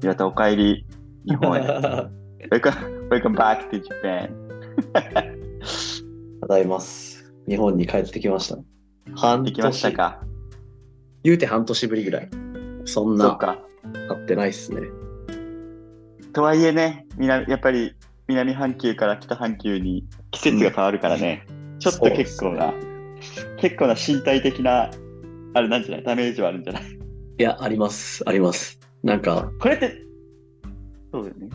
平田おかえり、日本 へ。welcome, welcome back to Japan. ただいます。日本に帰ってきました。半で年きましたか言うて半年ぶりぐらい。そんそなうか。会ってないっすね。とはいえね、南やっぱり南半球から北半球に季節が変わるからね、ちょっと結構な、結構な身体的な、あれなんじゃないダメージはあるんじゃないいや、あります、あります。なんか、これって、そうだよね。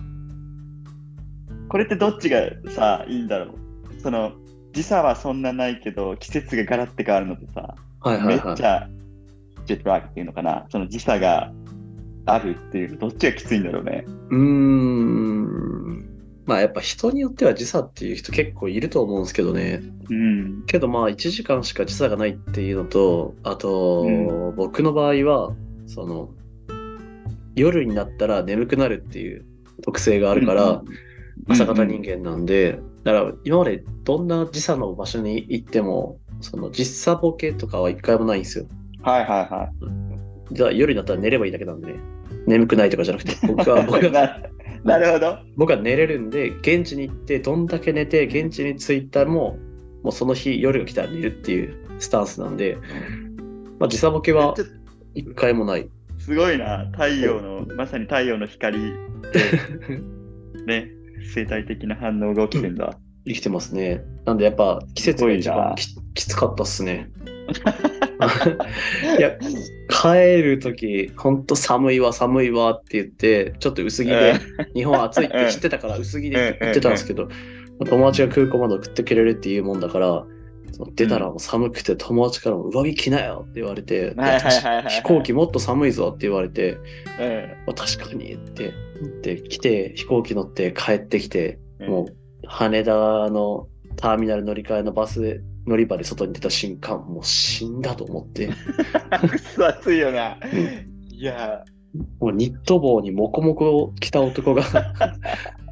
これってどっちがさ、いいんだろうその、時差はそんなないけど、季節がガラッて変わるのとさ、はいはめいっはいち。ゃジェットラックっていうのかな、その時差があるっていう、どっちがきついんだろうね。うーん。まあやっぱ人によっては時差っていう人結構いると思うんですけどね。うん。けどまあ1時間しか時差がないっていうのと、あと、う僕の場合は、その、夜になったら眠くなるっていう特性があるから、うんうん朝方人間なんで、だから今までどんな時差の場所に行っても、その時差ボケとかは一回もないんですよ。はいはいはい。じゃあ夜になったら寝ればいいだけなんでね。眠くないとかじゃなくて、僕は、僕は、ななるほど。僕は寝れるんで、現地に行って、どんだけ寝て、現地に着いたらもう、もうその日夜が来たら寝るっていうスタンスなんで、まあ時差ボケはちょっ一回もない。とすごいな、太陽の、まさに太陽の光 で、ね、生態的な反応が起きてんだ。生きてますね。なんでやっぱ季節が一番ききつかったっすね。 いや、帰るとき、ほんと寒いわ、寒いわって言って、ちょっと薄着で、日本は暑いって知ってたから薄着で行ってたんですけど、友達が空港まで送ってくれるっていうもんだから、その出たらもう寒くて友達からも上着着なよって言われはいて、はいはいはいはい飛行機もっと寒いぞって言われて、えまあ確かにって言って、来て飛行機乗って帰ってきて、えも う羽田のターミナル乗り換えのバス乗り場で外に出た瞬間、もう死んだと思って、くそ暑いよな。んいやもうニット帽にモコモコを着た男 が、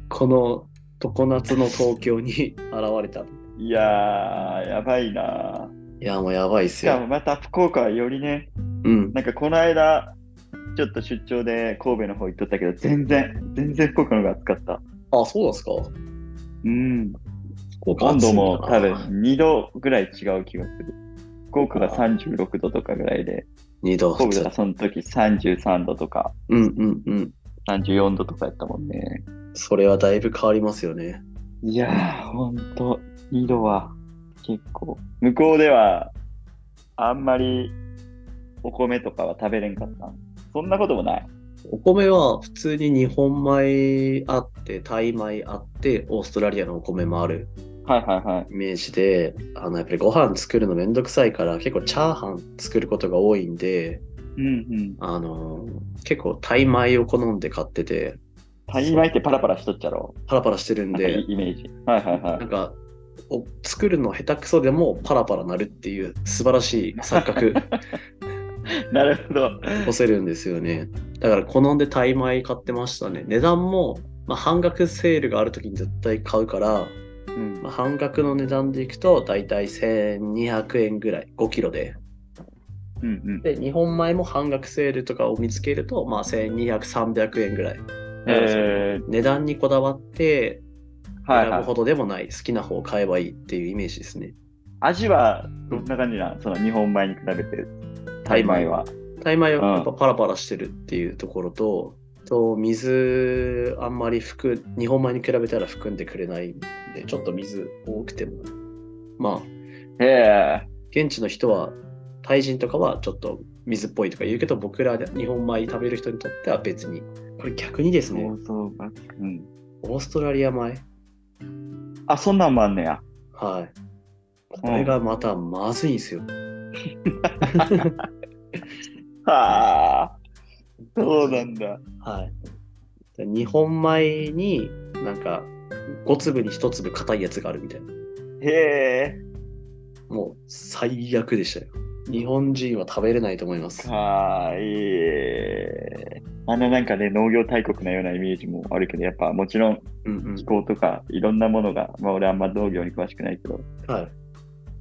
この常夏の東京に 現れた。ー、いいやー、やばいな。や、もうやばいっしすかもよ。また福岡はよりね、うん。なんかこの間、ちょっと出張で神戸の方行っとったけど、全然、全然福岡の方が暑かった。あ、そうなんですか。うん。福岡温暑い度んだも多分2度ぐらい違う気がする。福岡が36度とかぐらいで、二度。神戸がその時33度とかうんうんうん。 34度とかやったもんね。それはだいぶ変わりますよね。いやー、ほんと、2度は結構。向こうではあんまりお米とかは食べれんかった。そんなこともない。お米は普通に日本米あって、タイ米あって、オーストラリアのお米もあるはいはいはい。イメージで、あの、やっぱりご飯作るのめんどくさいから、結構チャーハン作ることが多いんで、うんうん。あのー結構タイ米を好んで買ってて、タイ米ってパラパラしとっちゃろ。パラパラしてるんなんかいで、いイメージ。はいはいはなんか、お作るの下手くそでもパラパラなるっていう素晴らしい錯覚 い。 なるほど。起こせるんですよね。だから好んでタイ米買ってましたね。値段も、まあ、半額セールがある時に絶対買うから、うんまあ、半額の値段でいくと大体1200円ぐらい、5キロで。うんうん。で、日本米も半額セールとかを見つけると、まあ、1200、300円ぐらい。え値段にこだわって、ー、はいは選いぶ。ほどでもない、好きな方を買えばいいっていうイメージですね。味はどんな感じなんその日本米に比べて、タイ米は。タイ米はやっぱパラパラしてるっていうところと、と水あんまり含日本米に比べたら含んでくれないんで、ちょっと水多くても。まあ、へえ。現地の人は、タイ人とかはちょっと水っぽいとか言うけど、僕ら日本米食べる人にとっては別に。これ逆にですね、そうか。うん。オーストラリア米。あ、そんなんもあんねや。はい。これがまたまずいんですよ。はあ。そうなんだ。はい。日本米になんか5粒に1粒硬いやつがあるみたいな。へえ。もう最悪でしたよ。日本人は食べれないと思います。かーい。あのなんかね、農業大国のようなイメージもあるけど、やっぱもちろんうんうん気候とかいろんなものが、まあ俺あんま農業に詳しくないけど、は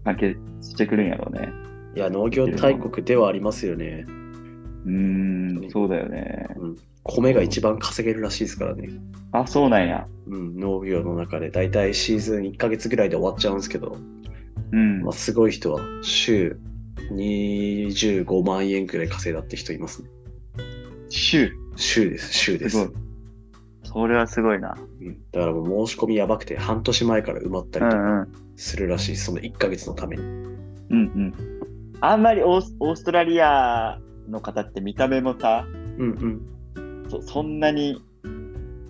関係してくるんやろうね。い、いや農業大国ではありますよね。うーん、そうだよね。米が一番稼げるらしいですからね。あ、そうなんや。うん、農業の中でだいたいシーズン1ヶ月ぐらいで終わっちゃうんですけど、うんまあ、。すごい人は週25万円くらい稼いだって人いますね。週。週です、週ですす。ごい。それはすごいな。うんだからもう申し込みやばくて、半年前から埋まったうりんとうかん。うんするらしい、その1ヶ月のために。うん。あんまりオースオーストラリアの方って見た目もさ、うんうん。そそんなに、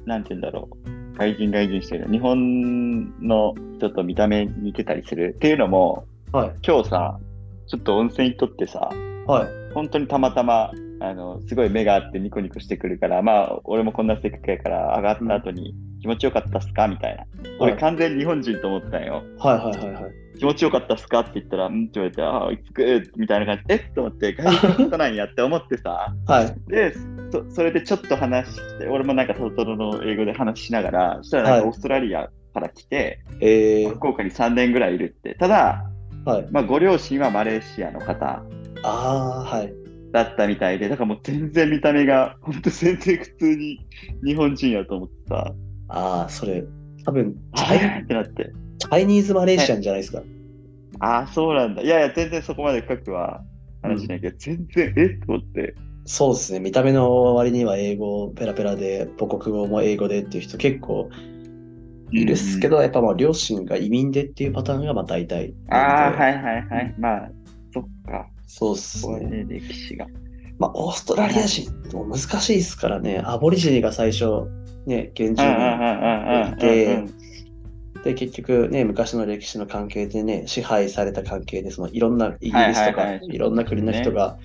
なんて言うんだろう。外人外人してる。日本の人と見た目似てたりする。っていうのも、はい。今日さ、ちょっと温泉行っとってさ、はい。本当にたまたま、あの、すごい目があってニコニコしてくるから、まあ、俺もこんなせっかくやから、上がった後に、気持ちよかったっすかみたいな。俺、はい完全に日本人と思ってたんよ。はいはいはいはい。気持ちよかったっすかって言ったら、うんって言われて、ああ、いつくみたいな感じで、えっと思っ て、外国の人なんやって思ってさ。はい。で、そそれでちょっと話して、俺もなんかトトロの英語で話しながら、そしたらなんかはいオーストラリアから来て、えー、福岡に3年ぐらいいるって。ただ、はい。まあ、ご両親はマレーシアの方。あー、はい。だったみたいで、だからもう全然見た目が、ほんと全然普通に日本人やと思ってさ、あー、それ、多分、チはャイいってなって。チャイニーズマレーシアンじゃないですか。ああ、そうなんだ。いやいや、全然そこまで深くは話しないけど、全然、えっと思って。そうですね、見た目の割には英語ペラペラで、母国語も英語でっていう人結構いるっすけど、やっぱまあ両親が移民でっていうパターンがまあ大体。うん。ああ、はいいはいはい。まあ、そっか。そうっすそうね。ね、歴史が。まあオーストラリア人も難しいっすからね、アボリジニが最初、ね、現うんう地んにうんうんうん。でうんで結局ね、昔の歴史の関係でね、支配された関係で、そのいろんなイギリスとはいはか、いはいいろんな国の人が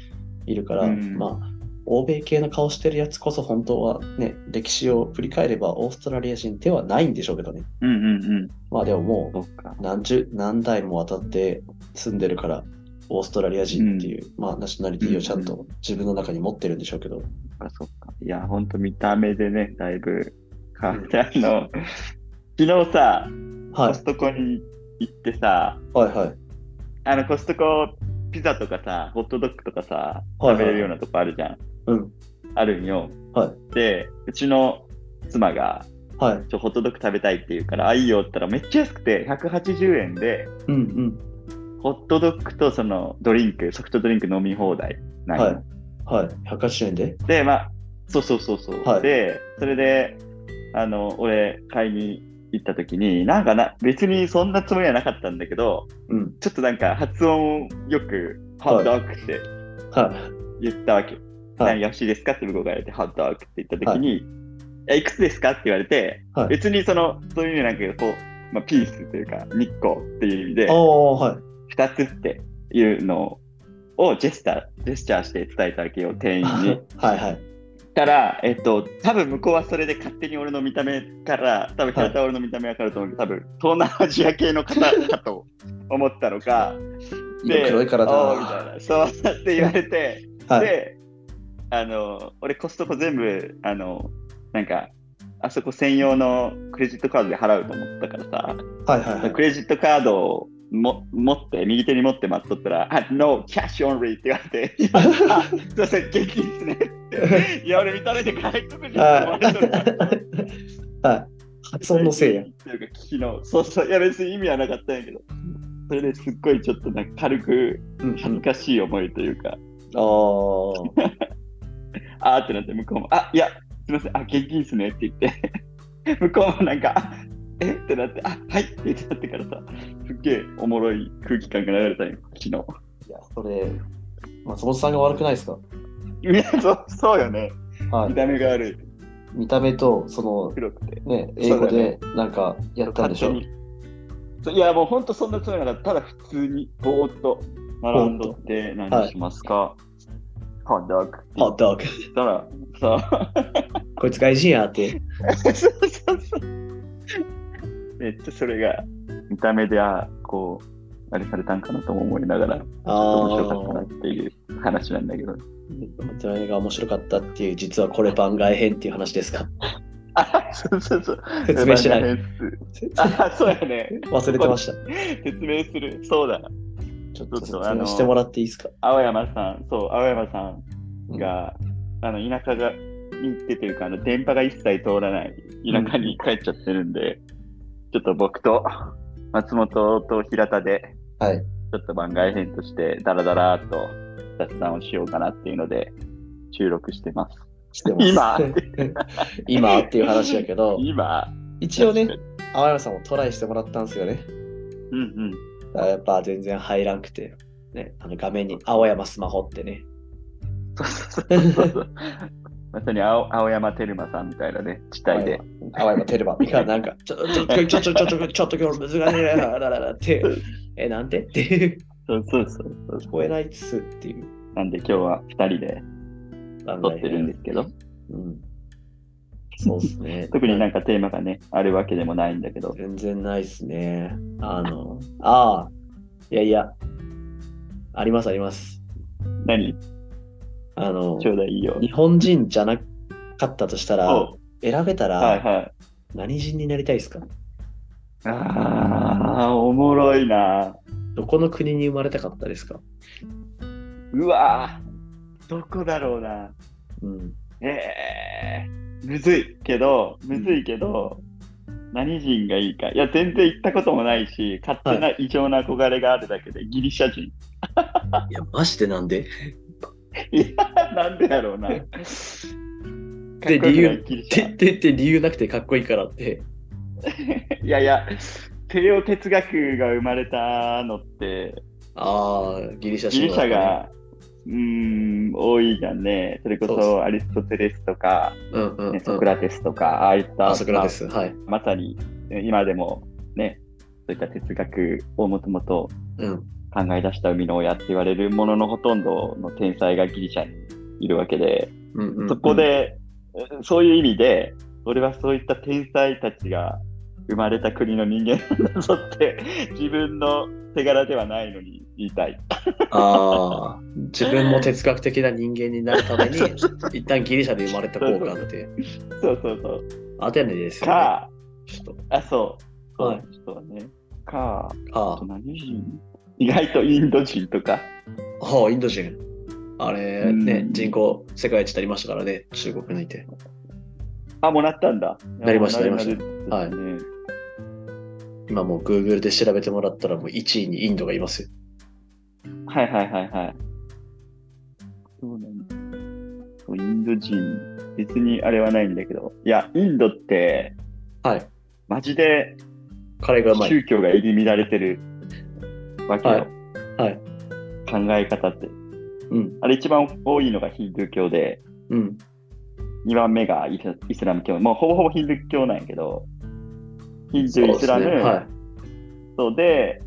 いるから、うんまあ、欧米系の顔してるやつこそ本当はね、歴史を振り返ればオーストラリア人ではないんでしょうけどね。うんうんうん。まあでももうそっか。何十何代も渡って住んでるからオーストラリア人っていう、まあ、ナショナリティをちゃんと自分の中に持ってるんでしょうけど、そっかそっか。いや、ほんと見た目でね、だいぶ変わって、あの、昨日さ、はいコストコに行ってさ、はいはいあのコストコピザとかさ、ホットドッグとかさ、はいは食いべれるようなとこあるじゃん。うんあるんよ。はで、うちの妻が、はいちょ、ホットドッグ食べたいって言うから、あ、いいよって言ったら、めっちゃ安くて、180円で、うんうんホットドッグとそのドリンク、ソフトドリンク飲み放題なんよははい180円でで、まあ、そうそうそうそう。はいで、それで、あの、俺、買いに行った時に、なんかな、別にそんなつもりはなかったんだけど、うんちょっとなんか発音よく、ホットドッグって、は言ったわけ。はい何が欲しいですかって向こうが言われて、ハットワークって言ったときに、いや、いくつですかって言われて、はい別にその、そういう意味なんかこう、まあ、ピースというか、日光っていう意味でい、ああはい2つっていうのをジェスチャー、ジェスチャーして伝えたわけよ、店員に。 はいはいたら、えっと、多分向こうはそれで勝手に俺の見た目から、多分キャラクター俺の見た目わかると思うけど、多分東南アジア系の方だと思ったのか、色黒いからだおーみたいな、そうだって言われて、はいで、あの、俺コストコ全部、あの、なんか、あそこ専用のクレジットカードで払うと思ったからはいはいさ、はいクレジットカードをも持って、右手に持って待っとったら、あ、no, cash only って言われて、いやあすいません、現金ですね って。いや、俺見た目で外国人って思われとるから。はい発音のせいやっていうか、聞きの、そうそう、いや、別に意味はなかったんやけど、それですっごいちょっとなんか軽くうんう恥ずんかしい思いというか、あああーってなって向こうも「あいやすいませんあ現金っすね」って言って 向こうもなんかあ「えっ?」てなって「あはい」って言ってなってからさすっげえおもろい空気感が流れたんよ昨日いやそれ松本さんが悪くないですかいやそうそうよねは見いた目が悪い見た目とその黒くてね英そう語だねでなんかやったんでしょ勝手にそういやもうほんとそんなつもりなかったただ普通にぼーっと並んどって何しますか、ハンダークって言ホっットドッグたらさこいつ外人やってそうそうそう。 めっちゃそれが見た目であこうあれされたんかなとも思いながらあ面白かったなあっ、ていう話なんだけど見た目が面白かったっていう、実はこれ番外編っていう話ですか。 あそうそうそう説明してない。い あそうやね忘れてました。説明するそうだちょっと説明してもらっていいですか。青山さんそう青山さんが、あの田舎がに行ってというかあの電波が一切通らない田舎に帰っちゃってるんで、ちょっと僕と松本と平田ではい。ちょっと番外編としてダラダラーっと雑談をしようかなっていうので収録してます。してます今 今っていう話やけど、今、一応ね確、青山さんもトライしてもらったんですよね。うんだからやっぱ全然入らんくて、ね、あの画面に青山スマホっ てね。うん。そうそうそうそうそう。 まさに青青山テルマさんみたいなね、地帯で。青山テレバいかなんか、ちょ、ちょ、ちょ、ちょ、ちょ、ちょ、ちょっと今日難しいな、らららって、え、なんて って、そうそうそう聞そこえないっすっていう。う。なんで今日は2人でなん撮だっよねてるんですけど、うん。そうですね 。特になんかテーマがね、あるわけでもないんだけど。全然ないっすね。あの、ああ、いやいや、ありますあります。何あの、ちょうだいいいよ。日本人じゃなかったとしたらお、選べたはいらはい。何人になりたいですか、あー、おもろいな。どこの国に生まれたかったですかうわー、どこだろうな。うん。えー、むずいけど、むずいけど、何人がいいか。いや、全然行ったこともないし、勝手な異常な憧れがあるだけで、ギリシャ人。 いや、マジでなんでいや、なんでだろう な。でかっこよくない理由ギリシてャってって理由なくてかっこいいからって。いやいや、西洋哲学が生まれたのって、ああ、ギリシャギ神リシ話ャが、うーん、多いじゃんね。それこそうそうそアリストテレスとか、うんうん、うねん。ソクラテスとか、ああいった、あ、ソクラテス。はい。まあまさに今でもね、そういった哲学をもともとうん。考え出した生みの親って言われるもののほとんどの天才がギリシャにいるわけで、うんうんうんそこ、で、そういう意味で、俺はそういった天才たちが生まれた国の人間なんだぞって、 自分の手柄ではないのに言いたい。ああ、自分も哲学的な人間になるた めに、一旦ギリシャで生まれた効果って、そうそうそう。アテネですよ、ね。か、ちょっあ、そう。そう、はいそうね。か、とああと何人意外とインド人とか。あ、はあ、インド人。あれ、ねう、ん人口、世界一足りましたからね、中国抜いて。あ、もうなったんだ。なりましたいやなりましたもうなりまし今もう Google で調べてもらったら、もう1位にインドがいますよ。たはいはいはいはい。そうなんだ。そうインド人、別にあれはないんだけど。いや、インドって、はい。マジでカレーがうまい。宗教が入り乱れてるわけよ。はいはい考え方って。うん。あれ一番多いのがヒンドゥー教で、うん。 2番目がイスイスラム教。もうほぼほぼヒンドゥー教なんやけど、ヒンドそうゥー、でイスすラム、ね。はい。そうで、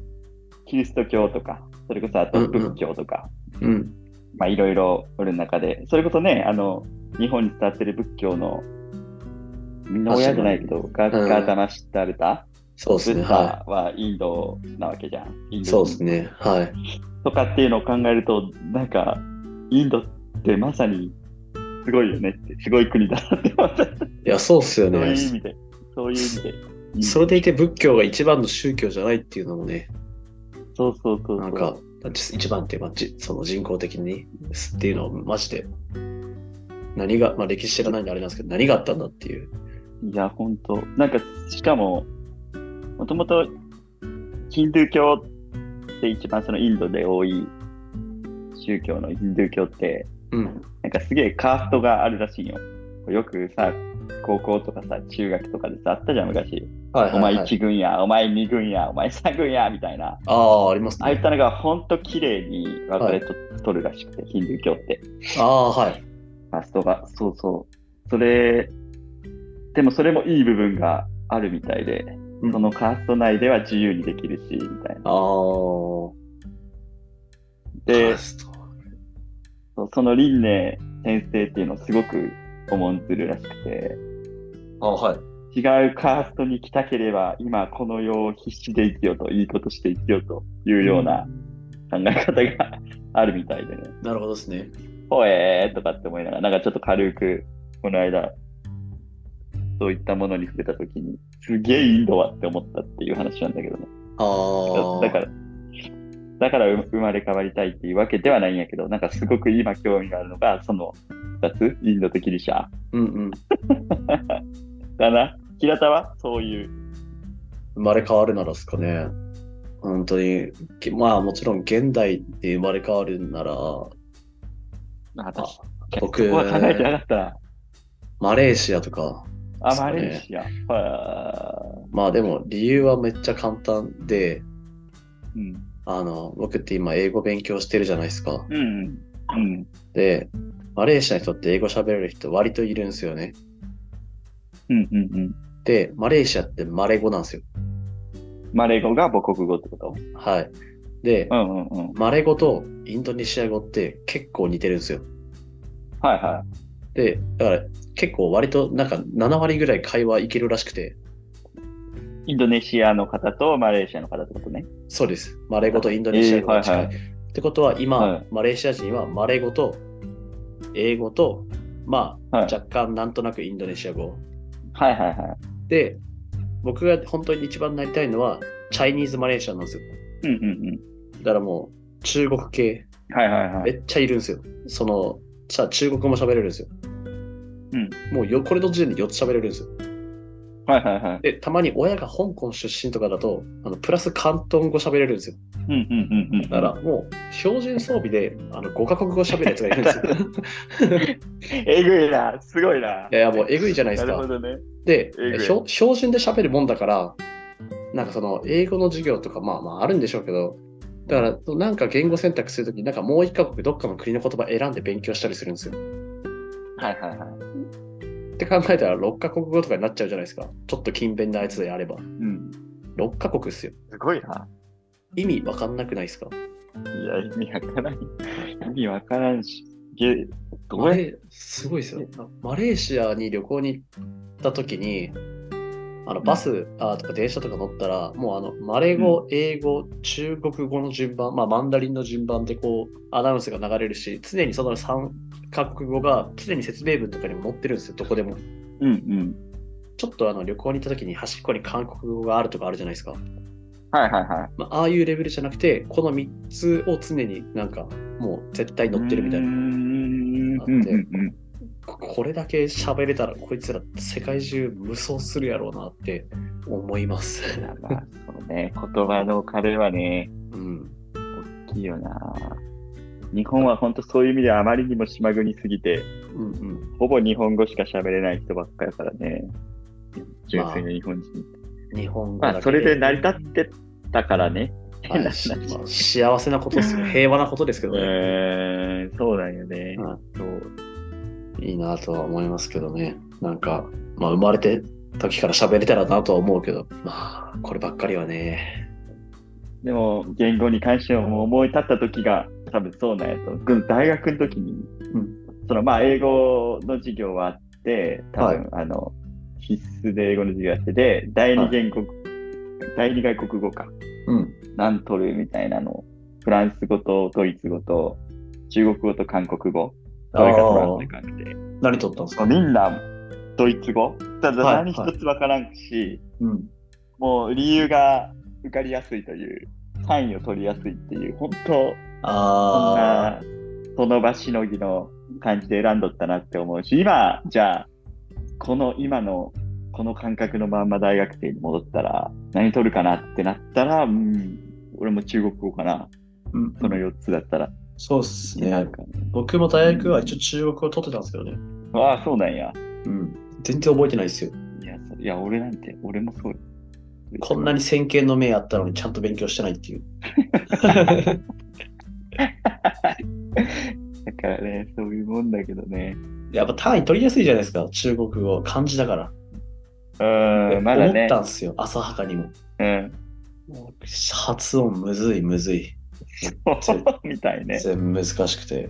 キリスト教とか、それこそあと仏教とか、うん。まあいろいろおる中で、それこそね、あの、日本に伝わってる仏教の、みんな親じゃないけど、ガうんガータマシタルタ、そうでブすッね。はダはインドなわけじゃん。インい。ドそうですね。はい。とかっていうのを考えると、なんか、インドってまさにすごいよねって、すごい国だなって思った。いや、そうっすよそういうね。意味で、そういう意味で。うんそれでいて仏教が一番の宗教じゃないっていうのもね、そうそうそうそう。なんか、一番って、まあ、じその人工的にすっていうのは、マジで、何が、まあ、歴史知らないんであれなんですけど、何があったんだっていう。いや、ほんと。なんか、しかも、もともと、ヒンドゥー教って一番そのインドで多い宗教のヒンドゥー教って、うん。なんかすげえカーストがあるらしいよ。よくさ、高校とかさ、中学とかでさ、あったじゃん、昔。はいおはい、はい。前1軍や、お前2軍や、お前3軍や、みたいな。ああ、ありますああいっね。たのがほんと綺麗に分かれと、取るらしくて、ヒンドゥー教って。ああ、はい。ファストが、そうそう。それ、でもそれもいい部分があるみたいで、うんそのカースト内では自由にできるし、みたいな。ああ。で、ストそうその輪廻先生っていうのをすごく重んずるらしくて、ああ、はい。違うカーストに来たければ、今この世を必死で生きようと、いいことして生きようというような考え方があるみたいでね。なるほどですね。ほえーとかって思いながら、なんかちょっと軽く、この間、そういったものに触れたときに、すげえインドはって思ったっていう話なんだけどね。ああ。だから、だからう生まれ変わりたいっていうわけではないんやけど、なんかすごく今興味があるのが、その2つ、インドとギリシャ。うんうん。だな。平田はそういう。生まれ変わるならですかね。本当に、きまあもちろん現代で生まれ変わるなら、ああ私僕そこは考えてなかったな。マレーシアとか、あ、そうマねレーシア。はまあでも理由はめっちゃ簡単で、い。うん。あの、僕って今英語勉強してるじゃないですか。うん。うん。で、マレーシアの人って英語喋れる人割といるんですよね。うん。うん。うん。で、マレーシアってマレ語なんですよ。マレー語が母国語ってことはい。で、うんうんうん。マレ語とインドネシア語って結構似てるんですよ。はいはで、だから結構割となんか7割ぐらい会話いけるらしくて、い。インドネシアの方とマレーシアの方ってことね。そうです。マレ語とインドネシア語が近い。えーはいってことは今、はいマレーシア人はマレ語と英語と、まあ、はい若干なんとなくインドネシア語。はいはいはで、僕が本当に一番なりたいのは、チャイニーズマレーシアなんですよ。い。うんうんだからもう、中国系、うん。はいはいはめい。っちゃいるんですよ。その、さ、中国語も喋れるんですよ。うん。もうよ、これの時点で4つ喋れるんですよ。はいはいはい。で、たまに親が香港出身とかだと、あのプラス広東語喋れるんですよ。うんうんうんうん。だから、もう、標準装備で、あの、5カ国語喋るやつがいるんです よ。えぐいな、すごいな。いやいや、もう、えぐいじゃないなでするほか。どね。で、えぐい標標準で喋るもんだから、なんかその、英語の授業とか、まあまあ、あるんでしょうけど、だから、なんか言語選択するとき、なんかもう一カ国、どっかの国の言葉選んで勉強したりするんですよ。はいはいはい。って考えたら、6カ国語とかになっちゃうじゃないですか。ちょっと勤勉なやつであれば。うん。 6カ国っすよ。すごいな。意味わかんなくないですかいや、意味わからん。意味わからんし。げどマうレやーすごいですよ。マレーシアに旅行に行った時に、あのバス、あとか電車とか乗ったら、もうあのマレー語、英語、中国語の順番、まあ、マンダリンの順番でこうアナウンスが流れるし、常にその3カ国語が常に説明文とかにも載ってるんですよ、どこでも。うんうん。ちょっとあの旅行に行った時に端っこに韓国語があるとかあるじゃないですか。はいはいはい。まあ、ああいうレベルじゃなくて、この3つを常になんかもう絶対載ってるみたいなうー。んあっうてんうんここれだけ喋れたらこいつら世界中無双するやろうなって思います。うん。いやまあ、そうね、言葉の壁はね、うん、大きいよな。日本は本当そういう意味ではあまりにも島国すぎて、うん、うん。ほぼ日本語しか喋れない人ばっかりだからね。純粋な日本人。日本語まあ、だけそれで成り立ってたからね。はい変なし話。まあ幸せなことです よ。平和なことですけど ね。えー、そうなんよね。そういいなとは思いますけどね。なんか、まあ、生まれて時から喋れたらなとは思うけど、まあ、こればっかりはね。でも、言語に関してはもう思い立った時が多分そうなんやと。軍大学の時に、うんそのまあ、英語の授業はあって、多分、はあの、必須で英語の授業やってで、第は二言い語、第二外国語か。うん。何取るみたいなの。フランス語とドイツ語と中国語と韓国語。どれか取らんって感じで。何撮ったんですかみんなドイツ語ただはい何一つわからんし、うん。もう理由が受かりやすいという単位を取りやすいっていう本当そんあなその場しのぎの感じで選んどったなって思うし今じゃあこの今のこの感覚のまんま大学生に戻ったら何取るかなってなったら、うん、俺も中国語かなあ、うんその4つだったら、そうっすになねる。かな僕も大学は一応中国語撮ってたんですけどね。ああそうなんやうん。全然覚えてないですよ。いやそいや俺なんて俺もそうよこんなに先見の明あったのにちゃんと勉強してないっていう。 だからね、そういうもんだけどね。やっぱ単位取りやすいじゃないですか、中国語、漢字だから。うーん、まだ思っねた。んすよ、浅はかにも。うん。発音むずいむずい。そう みたいね。全部難しくて。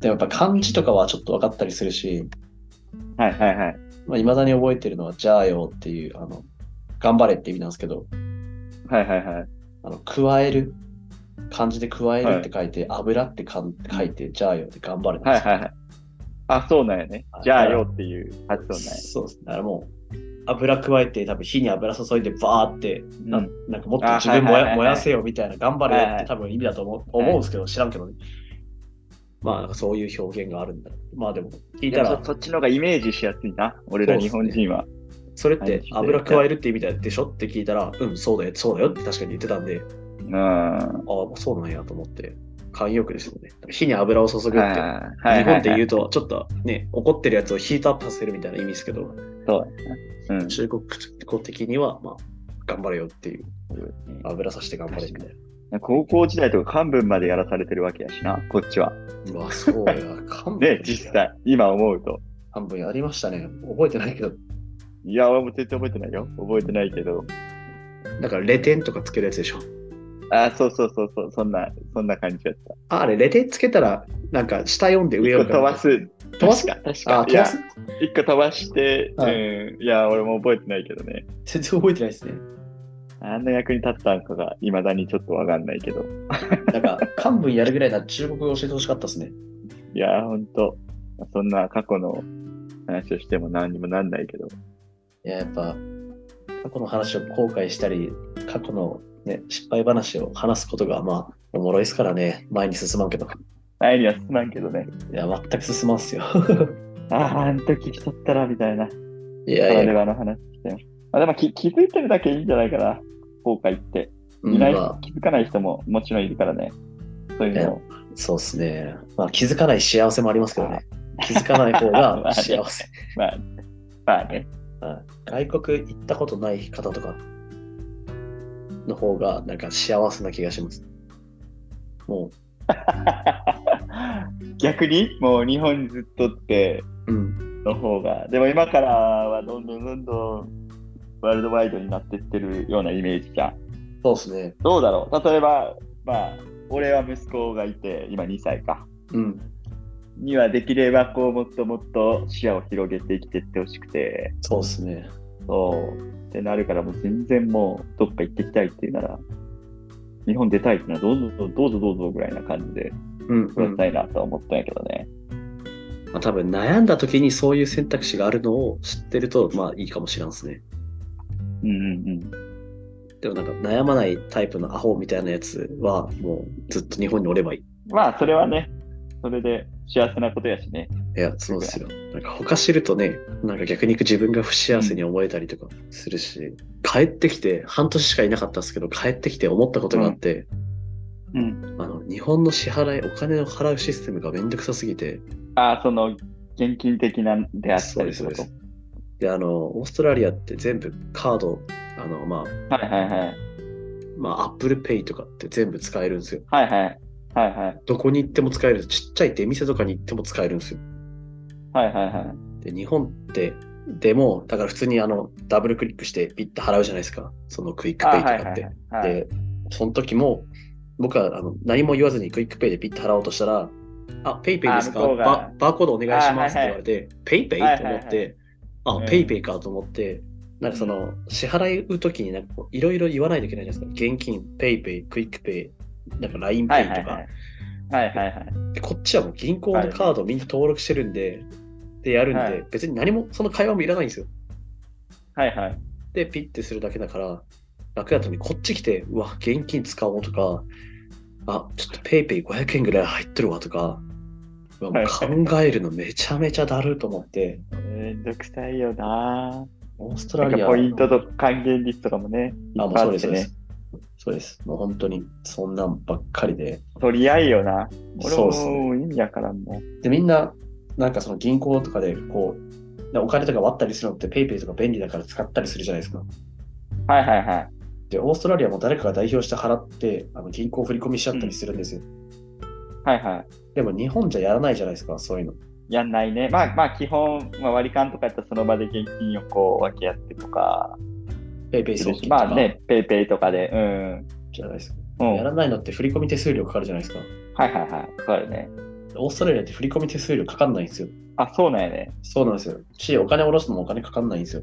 でもやっぱ漢字とかはちょっと分かったりするし、はいはいはい。まあ、未だに覚えてるのは、じゃあよっていう、あの、頑張れって意味なんですけど、はいはいはい。あの、加える。漢字で加えるって書いて、油ってかん書いて、じゃあよって頑張れなんはいですよはいはい。あ、そうなんやねは。いじゃあよっていう発音なんや。そうですね。だからもう、油加えて、多分火に油注いでバーって、なうんなんかもっとあ自分燃はいはいはいはやい燃やせよみたいな、頑張れよはいっはてい多分意味だと思う思うんですけど、知らんけどね。まあ、なんかそういう表現があるんだ。まあでも、聞いでたもそら、そっちの方がイメージしやすいな、俺ら日本人は。それっはいて油加えるって意味だでしょって聞いたら、うん、そうだよ、そうだよって確かに言ってたんで、うん。はああ、そうなんやと思って、慣用句ですよね。火に油を注ぐっいはいて、はい日本で言う。うと、ちょっとね、怒ってるやつをヒートアップさせるみたいな意味ですけど、そうだな。うん。中国語的には、まあ、頑張れよっていう、油さして頑張れみたい高校時代とか幹部までやらされてるわけやしな、こっちは。な。うわ、そうや、半分。ね、実。際、今思うと。半分やりましたね。覚えてないけど、いや、俺も絶対覚えてないよ。覚えてないけど。だから、レテンとかつけるやつでしょ。あ、そうそうそうそう、そんな、そんな感じだった。ああれ、レテンつけたら、なんか、下読んで上一個読む飛ば。す。飛ばす確か、確あかあ、。い飛やば、す一個飛ばして、はいうん。いや、俺も覚えてないけどね。全然覚えてないですね。あんな役に立ったんかが、いまだにちょっとわかんないけど。なんか、漢文やるぐらいなら中国語教えてほしかったですね。いや、ほんと、そんな過去の話をしても何にもなんないけど。いや、やっぱ、過去の話を後悔したり、過去の、ね、失敗話を話すことが、まあ、おもろいですからね、前に進まんけど。前には進まんけどね。いや、全く進まんっすよ。ああ、あの時来ちゃったら、みたいな。いそやれでいや、はの話してます。まあ、でも気気づいてるだけいいんじゃないかな。後悔って。うんいないまあ気づかない人ももちろんいるからね。そういうのを。そうですね。まあ、気づかない幸せもありますけどね。気づかない方ま があね幸せ。まあ、まあね。 はい外国行ったことない方とかの方が、なんか幸せな気がします。も逆に、もう日本にずっとってう、うん。の方が、でも今からはどんどんどんどんワールドワイドになってってるようなイメージじゃん。そうですね。どうだろう例えば、まあ、俺は息子がいて、今2歳か。うん。にはできればこうもっともっと視野を広げて生きてってほしくて、そうですね。そう、ってなるからもう全然もうどっか行ってきたいっていうなら、日本出たいっていうのはどうぞどうぞどうぞぐらいな感じでうん、うやんり。たいなとは思ったんやけどね。まあ、多分悩んだ時にそういう選択肢があるのを知ってるとまあいいかもしれんですね。うんうんうん。でもなんか悩まないタイプのアホみたいなやつはもうずっと日本におればいい。まあ、それはね、それで幸せなことやしね。いや、そうですよ。なんか他知るとね、なんか逆に自分が不幸せに思えたりとかするし、帰ってきて半年しかいなかったんですけど、帰ってきて思ったことがあって、うん。あの日本の支払い、お金を払うシステムがめんどくさすぎて、ああ、その、現金的なんであったりするこそうですで、あの、オーストラリアって全部カード、あの、まあ、と。はいはいはい。まあ、Apple Pay とかって全部使えるんですよ。はいはい。はいはい。どこに行っても使える。ちっちゃい出店とかに行っても使えるんですよ。はいはいはい。で、日本って、でも、だから普通にあの、ダブルクリックしてピッて払うじゃないですか。そのクイックペイとあかって。はいはいはいはいで、その時も、僕はあの何も言わずにクイックペイでピッて払おうとしたら、あ、ペイペイですかあ向こうがババーコードお願いしますってあはいはい言われて、ペイペイはいと思っはいて、あう、んペイペイかと思って、なんかその、支払う時になんかこういろいろ言わないといけないじゃないですか。現金、ペイペイ、クイックペイ、なんか LINE ペはイいとはいかは、い。はいはいはい。でこっちはもう銀行のカードをみんな登録してるんで、でやるんで、はい別に何も、その会話もいらないんですよ。はいはい。で、ピッてするだけだから、楽だったのに、こっち来て、うわ、現金使おうとか、あ、ちょっとペイペイ500円ぐらい入ってるわとか、うわもう考えるのめちゃめちゃだると思って、めんどくさいよな。オーストなラんリかア、ポイントと還元率とかもね、いあ、っもうぱいそうあでっす、てそうでねす。そうです。もう本当に、そんなんばっかりで、取り合いよな。俺そうですねも意味やからんもう。で、みんな、なんかその銀行とかで、こう、お金とか割ったりするのって、ペイペイとか便利だから使ったりするじゃないですか。はいはいはい。で、オーストラリアも誰かが代表して払って、あの銀行振り込みしちゃったりするんですよ。はいはい。でも日本じゃやらないじゃないですか、そういうの。やんないね。まあまあ基本、まあ、割り勘とかやったらその場で現金をこう分け合ってとか、ペイペイ送金とまあかね、ペイペイとかで、うん。じゃないですか。うん、やらないのって振り込み手数料かかるじゃないですか。はいはいはい。そうだよね。オーストラリアって振り込み手数料かかんないんですよ。あ、そうなんやね。そうなんですよ。し、お金下ろすのもお金かかんないんですよ。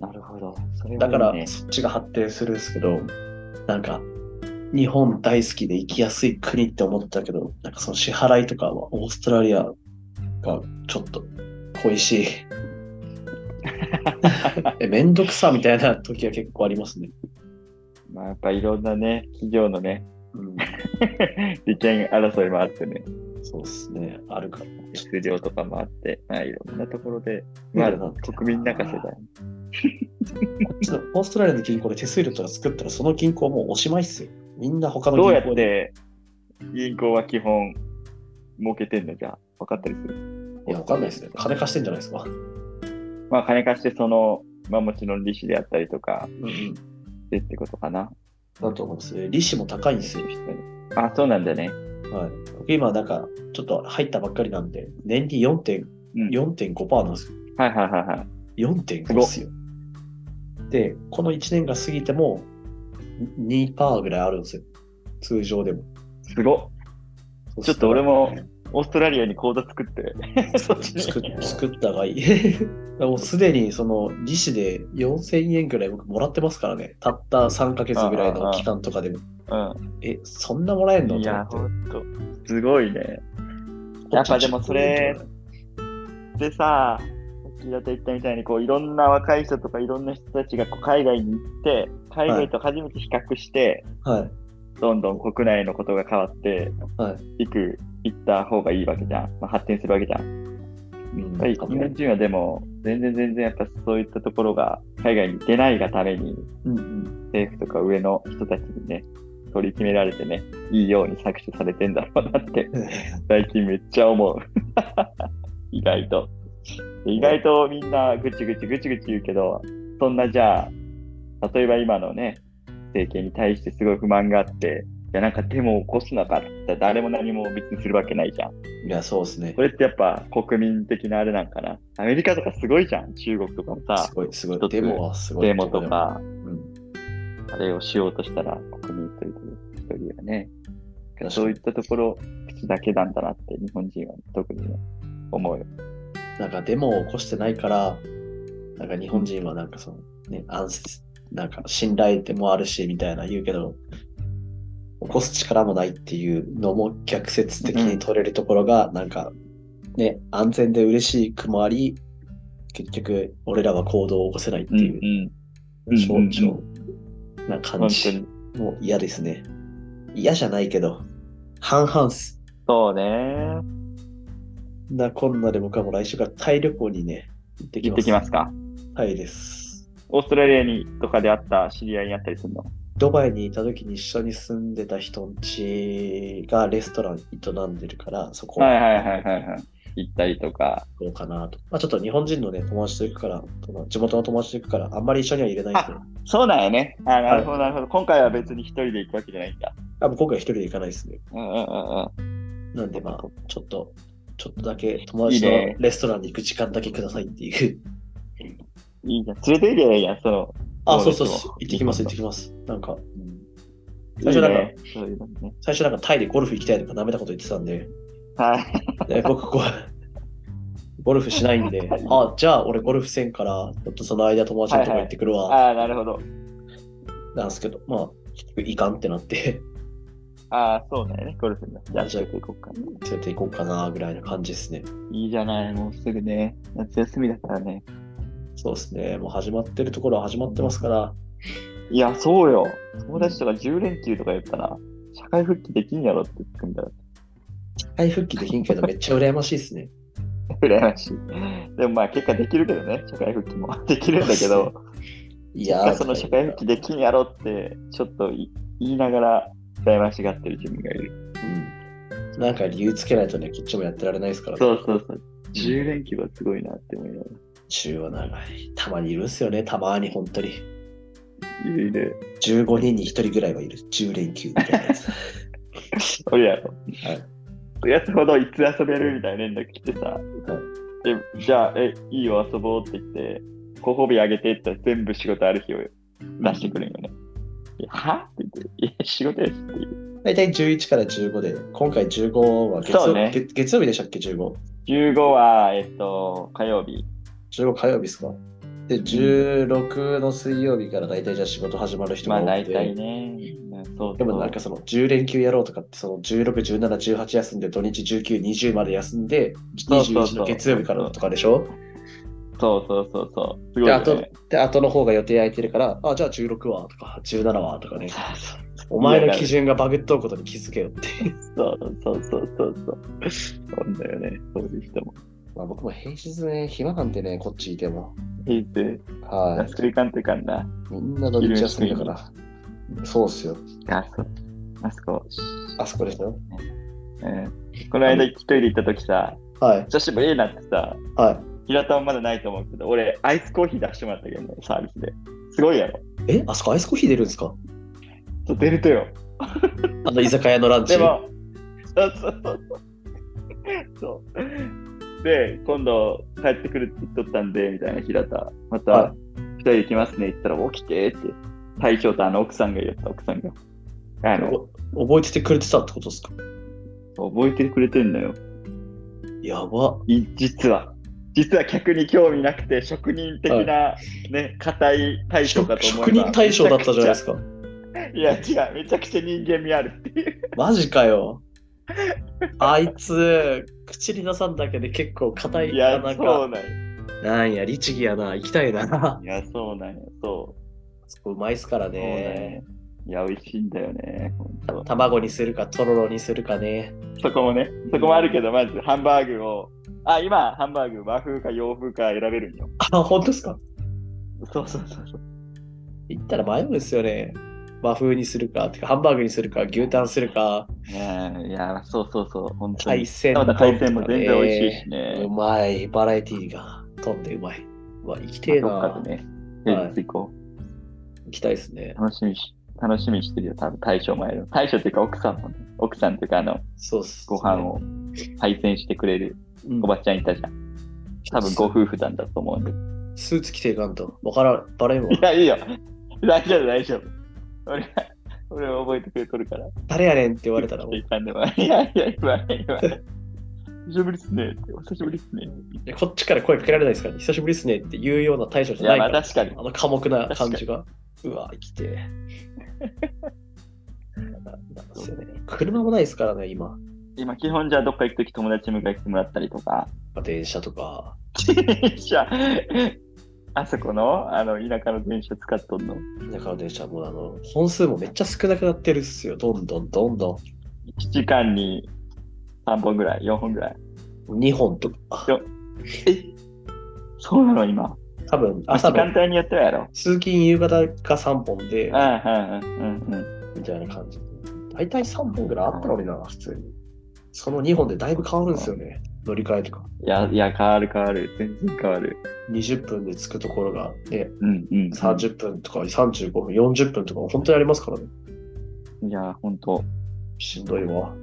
なるほど。それだかいらいね、そっちが発展するんですけど、なんか、日本大好きで行きやすい国って思ったけど、なんかその支払 いとかはオーストラリアがちょっと恋しい。え、めんどくさみたいな時は結構ありますね。まあやっぱいろんなね、企業のね、 うん、利権争いもあってね、そうですね、あるから。質量とかもあって、まあいろんなところで、うんまあ国民なんか世代。こっちのオーストラリアの銀行で手数料とか作ったら、その銀行はもうおしまいっすよ。みんな他の銀ど行うやってで銀行は基本儲けてんのじゃあ分かったりするいや、わかんないですね。金貸してんじゃないですか。まあ金貸してその、まあもちろん利子であったりとかうんうん。でってことかな。だと思うんですね。利子も高いんですよ。あ、そうなんだね。はい。僕今なんか、ちょっと入ったばっかりなんで、年利4.5%うん。 4.5%なんですよ。はいはいはいはい。 4.5%ですよ。で、この1年が過ぎても、2%ぐらいあるんですよ。通常でも。すごっそうちょっと俺もオーストラリアに口座作って。 そっちに作っ作ったがいい。 もうすでにその利子で4000円ぐらい僕もらってますからね。たった3ヶ月ぐらいの期間とかでも。え、そんなもらえんうのん。いと思や、ってほんと。すごいね。やっぱでもそれ、でさ、さっきだと言ったみたいに、こういろんな若い人とかいろんな人たちがこう海外に行って、海外と初めて比較して、はい。どんどん国内のことが変わって、はいく、行った方がいいわけじゃん。まあ、発展するわけじゃん。うんやっぱり日本人はでも、全然全然やっぱそういったところが海外に出ないがために、うんうん政府とか上の人たちにね、取り決められてね、いいように搾取されてんだろうな って、最近めっちゃ思う。 意外と。意外とみんなぐちぐちぐちぐち言うけど、そんなじゃあ、例えば今のね、政権に対してすごい不満があって、いやなんかデモを起こすなかったら誰も何も別にするわけないじゃん。いや、そうですねこ。れってやっぱ国民的なあれなんかな。アメリカとかすごいじゃん。中国とかもさす、ごい、すご一い。つデモはすごい。デモと。か、うん。あれをしようとしたら国民という一人はね確か、にそういったところ、口だけなんだなって日本人は特にね思うよ。なんかデモを起こしてないから、なんか日本人はなんかその、ね、安心、なんか信頼でもあるし、みたいな言うけど、起こす力もないっていうのも逆説的に取れるところが、なんか、ね、安全で嬉しくもあり、結局、俺らは行動を起こせないっていう、ん、うん象うん徴な感本じ。当に。もう嫌ですね。嫌じゃないけど、半々っす。そうね。なこんなで僕はもう来週からタイ旅行にね、行ってき行っまてす。きますか。タイです。オーストラリアにとかであった知り合いにあったりするのドバイにいた時に一緒に住んでた人んちがレストラン営んでるから、そこはいはいはいはいはい。行ったりとか。行こうかなと。まあちょっと日本人のね、友達と行くから、地元の友達と行くから、あんまり一緒には入れないんですよ。そうなんやね。あなるほどなるほど。今回は別に一人で行くわけじゃないんだ。あもう今回一人で行かないですね。うんうんうんなんでまあ、ちょっと、ちょっとだけ友達といいねレストランに行く時間だけくださいっていう。うん。いいじゃん。連れていけばいいやん、その。あ、そうそうどうでしそょうう。行ってきます、行ってきます。なんか、うんい最い初なんか、ね。そういうのね。最初なんかタイでゴルフ行きたいとか舐めたこと言ってたんで、はい。で僕こう、ゴルフしないんで、あ、じゃあ俺ゴルフせんから、ちょっとその間友達のとこ行ってくるわ、ああ、なるほど。なんですけど、まあ、結局いかんってなって、ああ、そうなんやね。ゴルフになって。じゃあ、じゃあ連れて行こうか。連れて行こうかな、ぐらいの感じですね。いいじゃない。もうすぐね。夏休みだからね。そうですね、もう始まってるところは始まってますから、いや、そうよ。友達とか10連休とか言ったら、社会復帰できんやろって言ってくんだよ。 社会復帰できんけど、めっちゃ羨ましいですね。羨ましい。でもまあ結果できるけどね、社会復帰も。 できるんだけど、い結や果 ー、その社会復帰できんやろって、ちょっとい言いながら羨ましがってる自分がいる。うん。なんか理由つけないとね、こっちもやってられないですから、ね、そうそうそう。10連休はすごいなって思いなが中は長い。たまにいるんすよね、たまに本当に。ら。いるいる。 15人に1人ぐらいはいる。10連休みたいなやつ。おやろ。はいおやつほどいつ遊べるみたいな連絡来てさ、でじゃあ、え、いいよ遊ぼうって言って、ご褒美あげてって言ったら全部仕事ある日を出してくるんよね。いやはって言って、いや、仕事ですっていう。大体11から15で、今回15は月そうね月月曜日でしたっけ ?15。 15は、えっと、火曜日。 15火曜日ですか。で、16の水曜日から大体じゃあ仕事始まる人まがあ、大多くて、体ね。うんそうでもなんかその10連休やろうとかって、その16、17、18休んで、土日19、20まで休んで、そうそう21の月曜日からとかでしょそうそうそうそう。すごいで、よあとね。、で、後の方が予定空いてるから、あ、じゃあ16話とか17話と かね。そうお前の基準がバグっとうことに気づけよって。そうそうそうそうそう。そうだよね。そういう人も。まあ僕も平日ね、暇なんでね、こっちいても。平成、は安いかんといかんな。い。みんな土日休みだから。そうっすよ。あ、そう。あそこ。あそこですよ。うん。この間一人で行った時さ、はい。久しぶりになってさ、は平田はまだないと思うけど、俺、アイスコーヒー出してもらったけどね、サービスで。すごいやろ。い。え、あそこアイスコーヒー出るんですかちょっと出るとよ。あの居酒屋のランチ。でも、そうそうそうそう。そう。で、今度帰ってくるって言っとったんで、みたいな平田。まはた、二人行きますね、言ったら、起きてって。大将とあの奥さんが言った、奥さんが。あの、お覚えててくれてたってことですか覚えてくれてんだよ。やば。い実は。実は客に興味なくて、職人的な、ね、硬い大将か職と思職えば人対象だったじゃないですか。か。いや、違う、めちゃくちゃ人間味あるっていう。マジかよ。あいつ、口に出さんだけで結構硬 いいや、なんそうなか、んよなんや、律儀やな、行きた いな。いや、そうなんよそう。そこうまいっすからそうね。いや、美味しいんだよね。ほんと卵にするか、とろろにするかね。そこもね、そこもあるけど、まずハンバーグを、あ、今、ハンバーグ和風か洋風か選べるんよ。あ、本当ですかそうそうそうそう。行ったら迷うんですよね。和風にするか、てかハンバーグにするか、牛タンするか、いやー、いやーそうそうそう、本当海に。鮮ま丼とたかね海鮮も全然美味しいしね。うまい、バラエティーが飛んでうまい。うわ、行きてえどっなか。でね、はい平日行こ行きたいですねう。。楽しみし、楽しみにしてるよ、多分大将前の。大将っていうか奥さんもね、奥さんっていうかあの、そうっす、ご飯を配膳してくれるうんおばちゃんいたじゃん。多分ご夫婦なんだと思うんで。 スーツ着ていかんと。わからん、バレんわい。や、いいよ。大丈夫、大丈夫。俺は、俺は覚えてくれとるから。誰やねんって言われたらも う、いいかんでもいやいや、言わない、言わない。久しぶりっすねって。お久しぶりっすね。やこっちから声かけられないですから、ね、久しぶりっすねって言うような対処いじゃなや、まいかあら、確かに。あの寡黙な感じが。うわ、生きてえ。 なんですよね車もないですからね、今。今、基本じゃあどっか行くとき友達迎え来てもらったりとか。 電車とか。電車、あそこの、あの、田舎の電車使っとんの。だから電車もうあの本数もめっちゃ少なくなってるっすよ。どんどんどんど1時間に3本ぐらい、4本ぐらい。ん。2本とか。よえそうなの今。多分時朝間の帯にやったらやろ。通勤夕方が3本でう、んうんうんうんうん。みたいな感じ。大体3本ぐらいあったのにな、普通に。その2本でだいぶ変わるんですよね。乗り換えとか。いや、いや、変わる変わる。全然変わる。 20分で着くところが、ね、うんうん。 30分とか35分、40分とか、本当にありますからね。いや、ほんと、しんどいわ。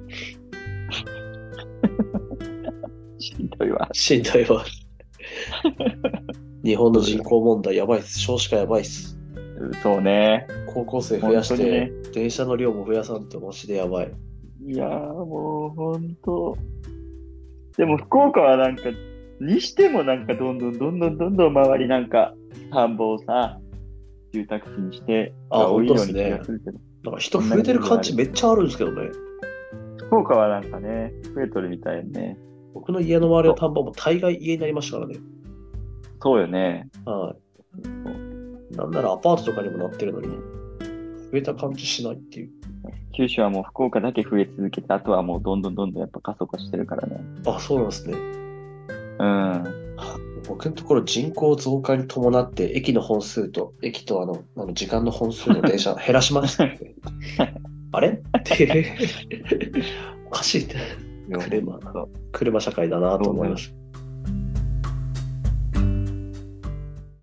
しんどいわ。しんどいわ。 日本の人口問題やばいっす。少子化やばいっす。そうね。高校生増やし本当にて、電車の量も増やさんとマジでやばい。いやー、もうほんと。でも福岡はなんか、にしてもなんかどんどんどんどんどんどん周りなんか、田んぼをさ、住宅地にして、あ多いようほにんとっすね気がするけど、なんか人増えてる感じめっちゃあるんですけどね。福岡はなんかね、増えとるみたいよね。僕の家の周りの田んぼも大概家になりましたからね。そうよね。はい。なんならアパートとかにもなってるのに、増えた感じしないっていう。九州はもう福岡だけ増え続けて、あとはもうどんどんどんどんやっぱ過疎化してるからね。あ、そうなんですね。うん。僕のところ人口増加に伴って、駅の本数と、駅とあの、あの時間の本数の電 車減らしましたね、あれって、おかしいね。車そう車社会だなと思いまし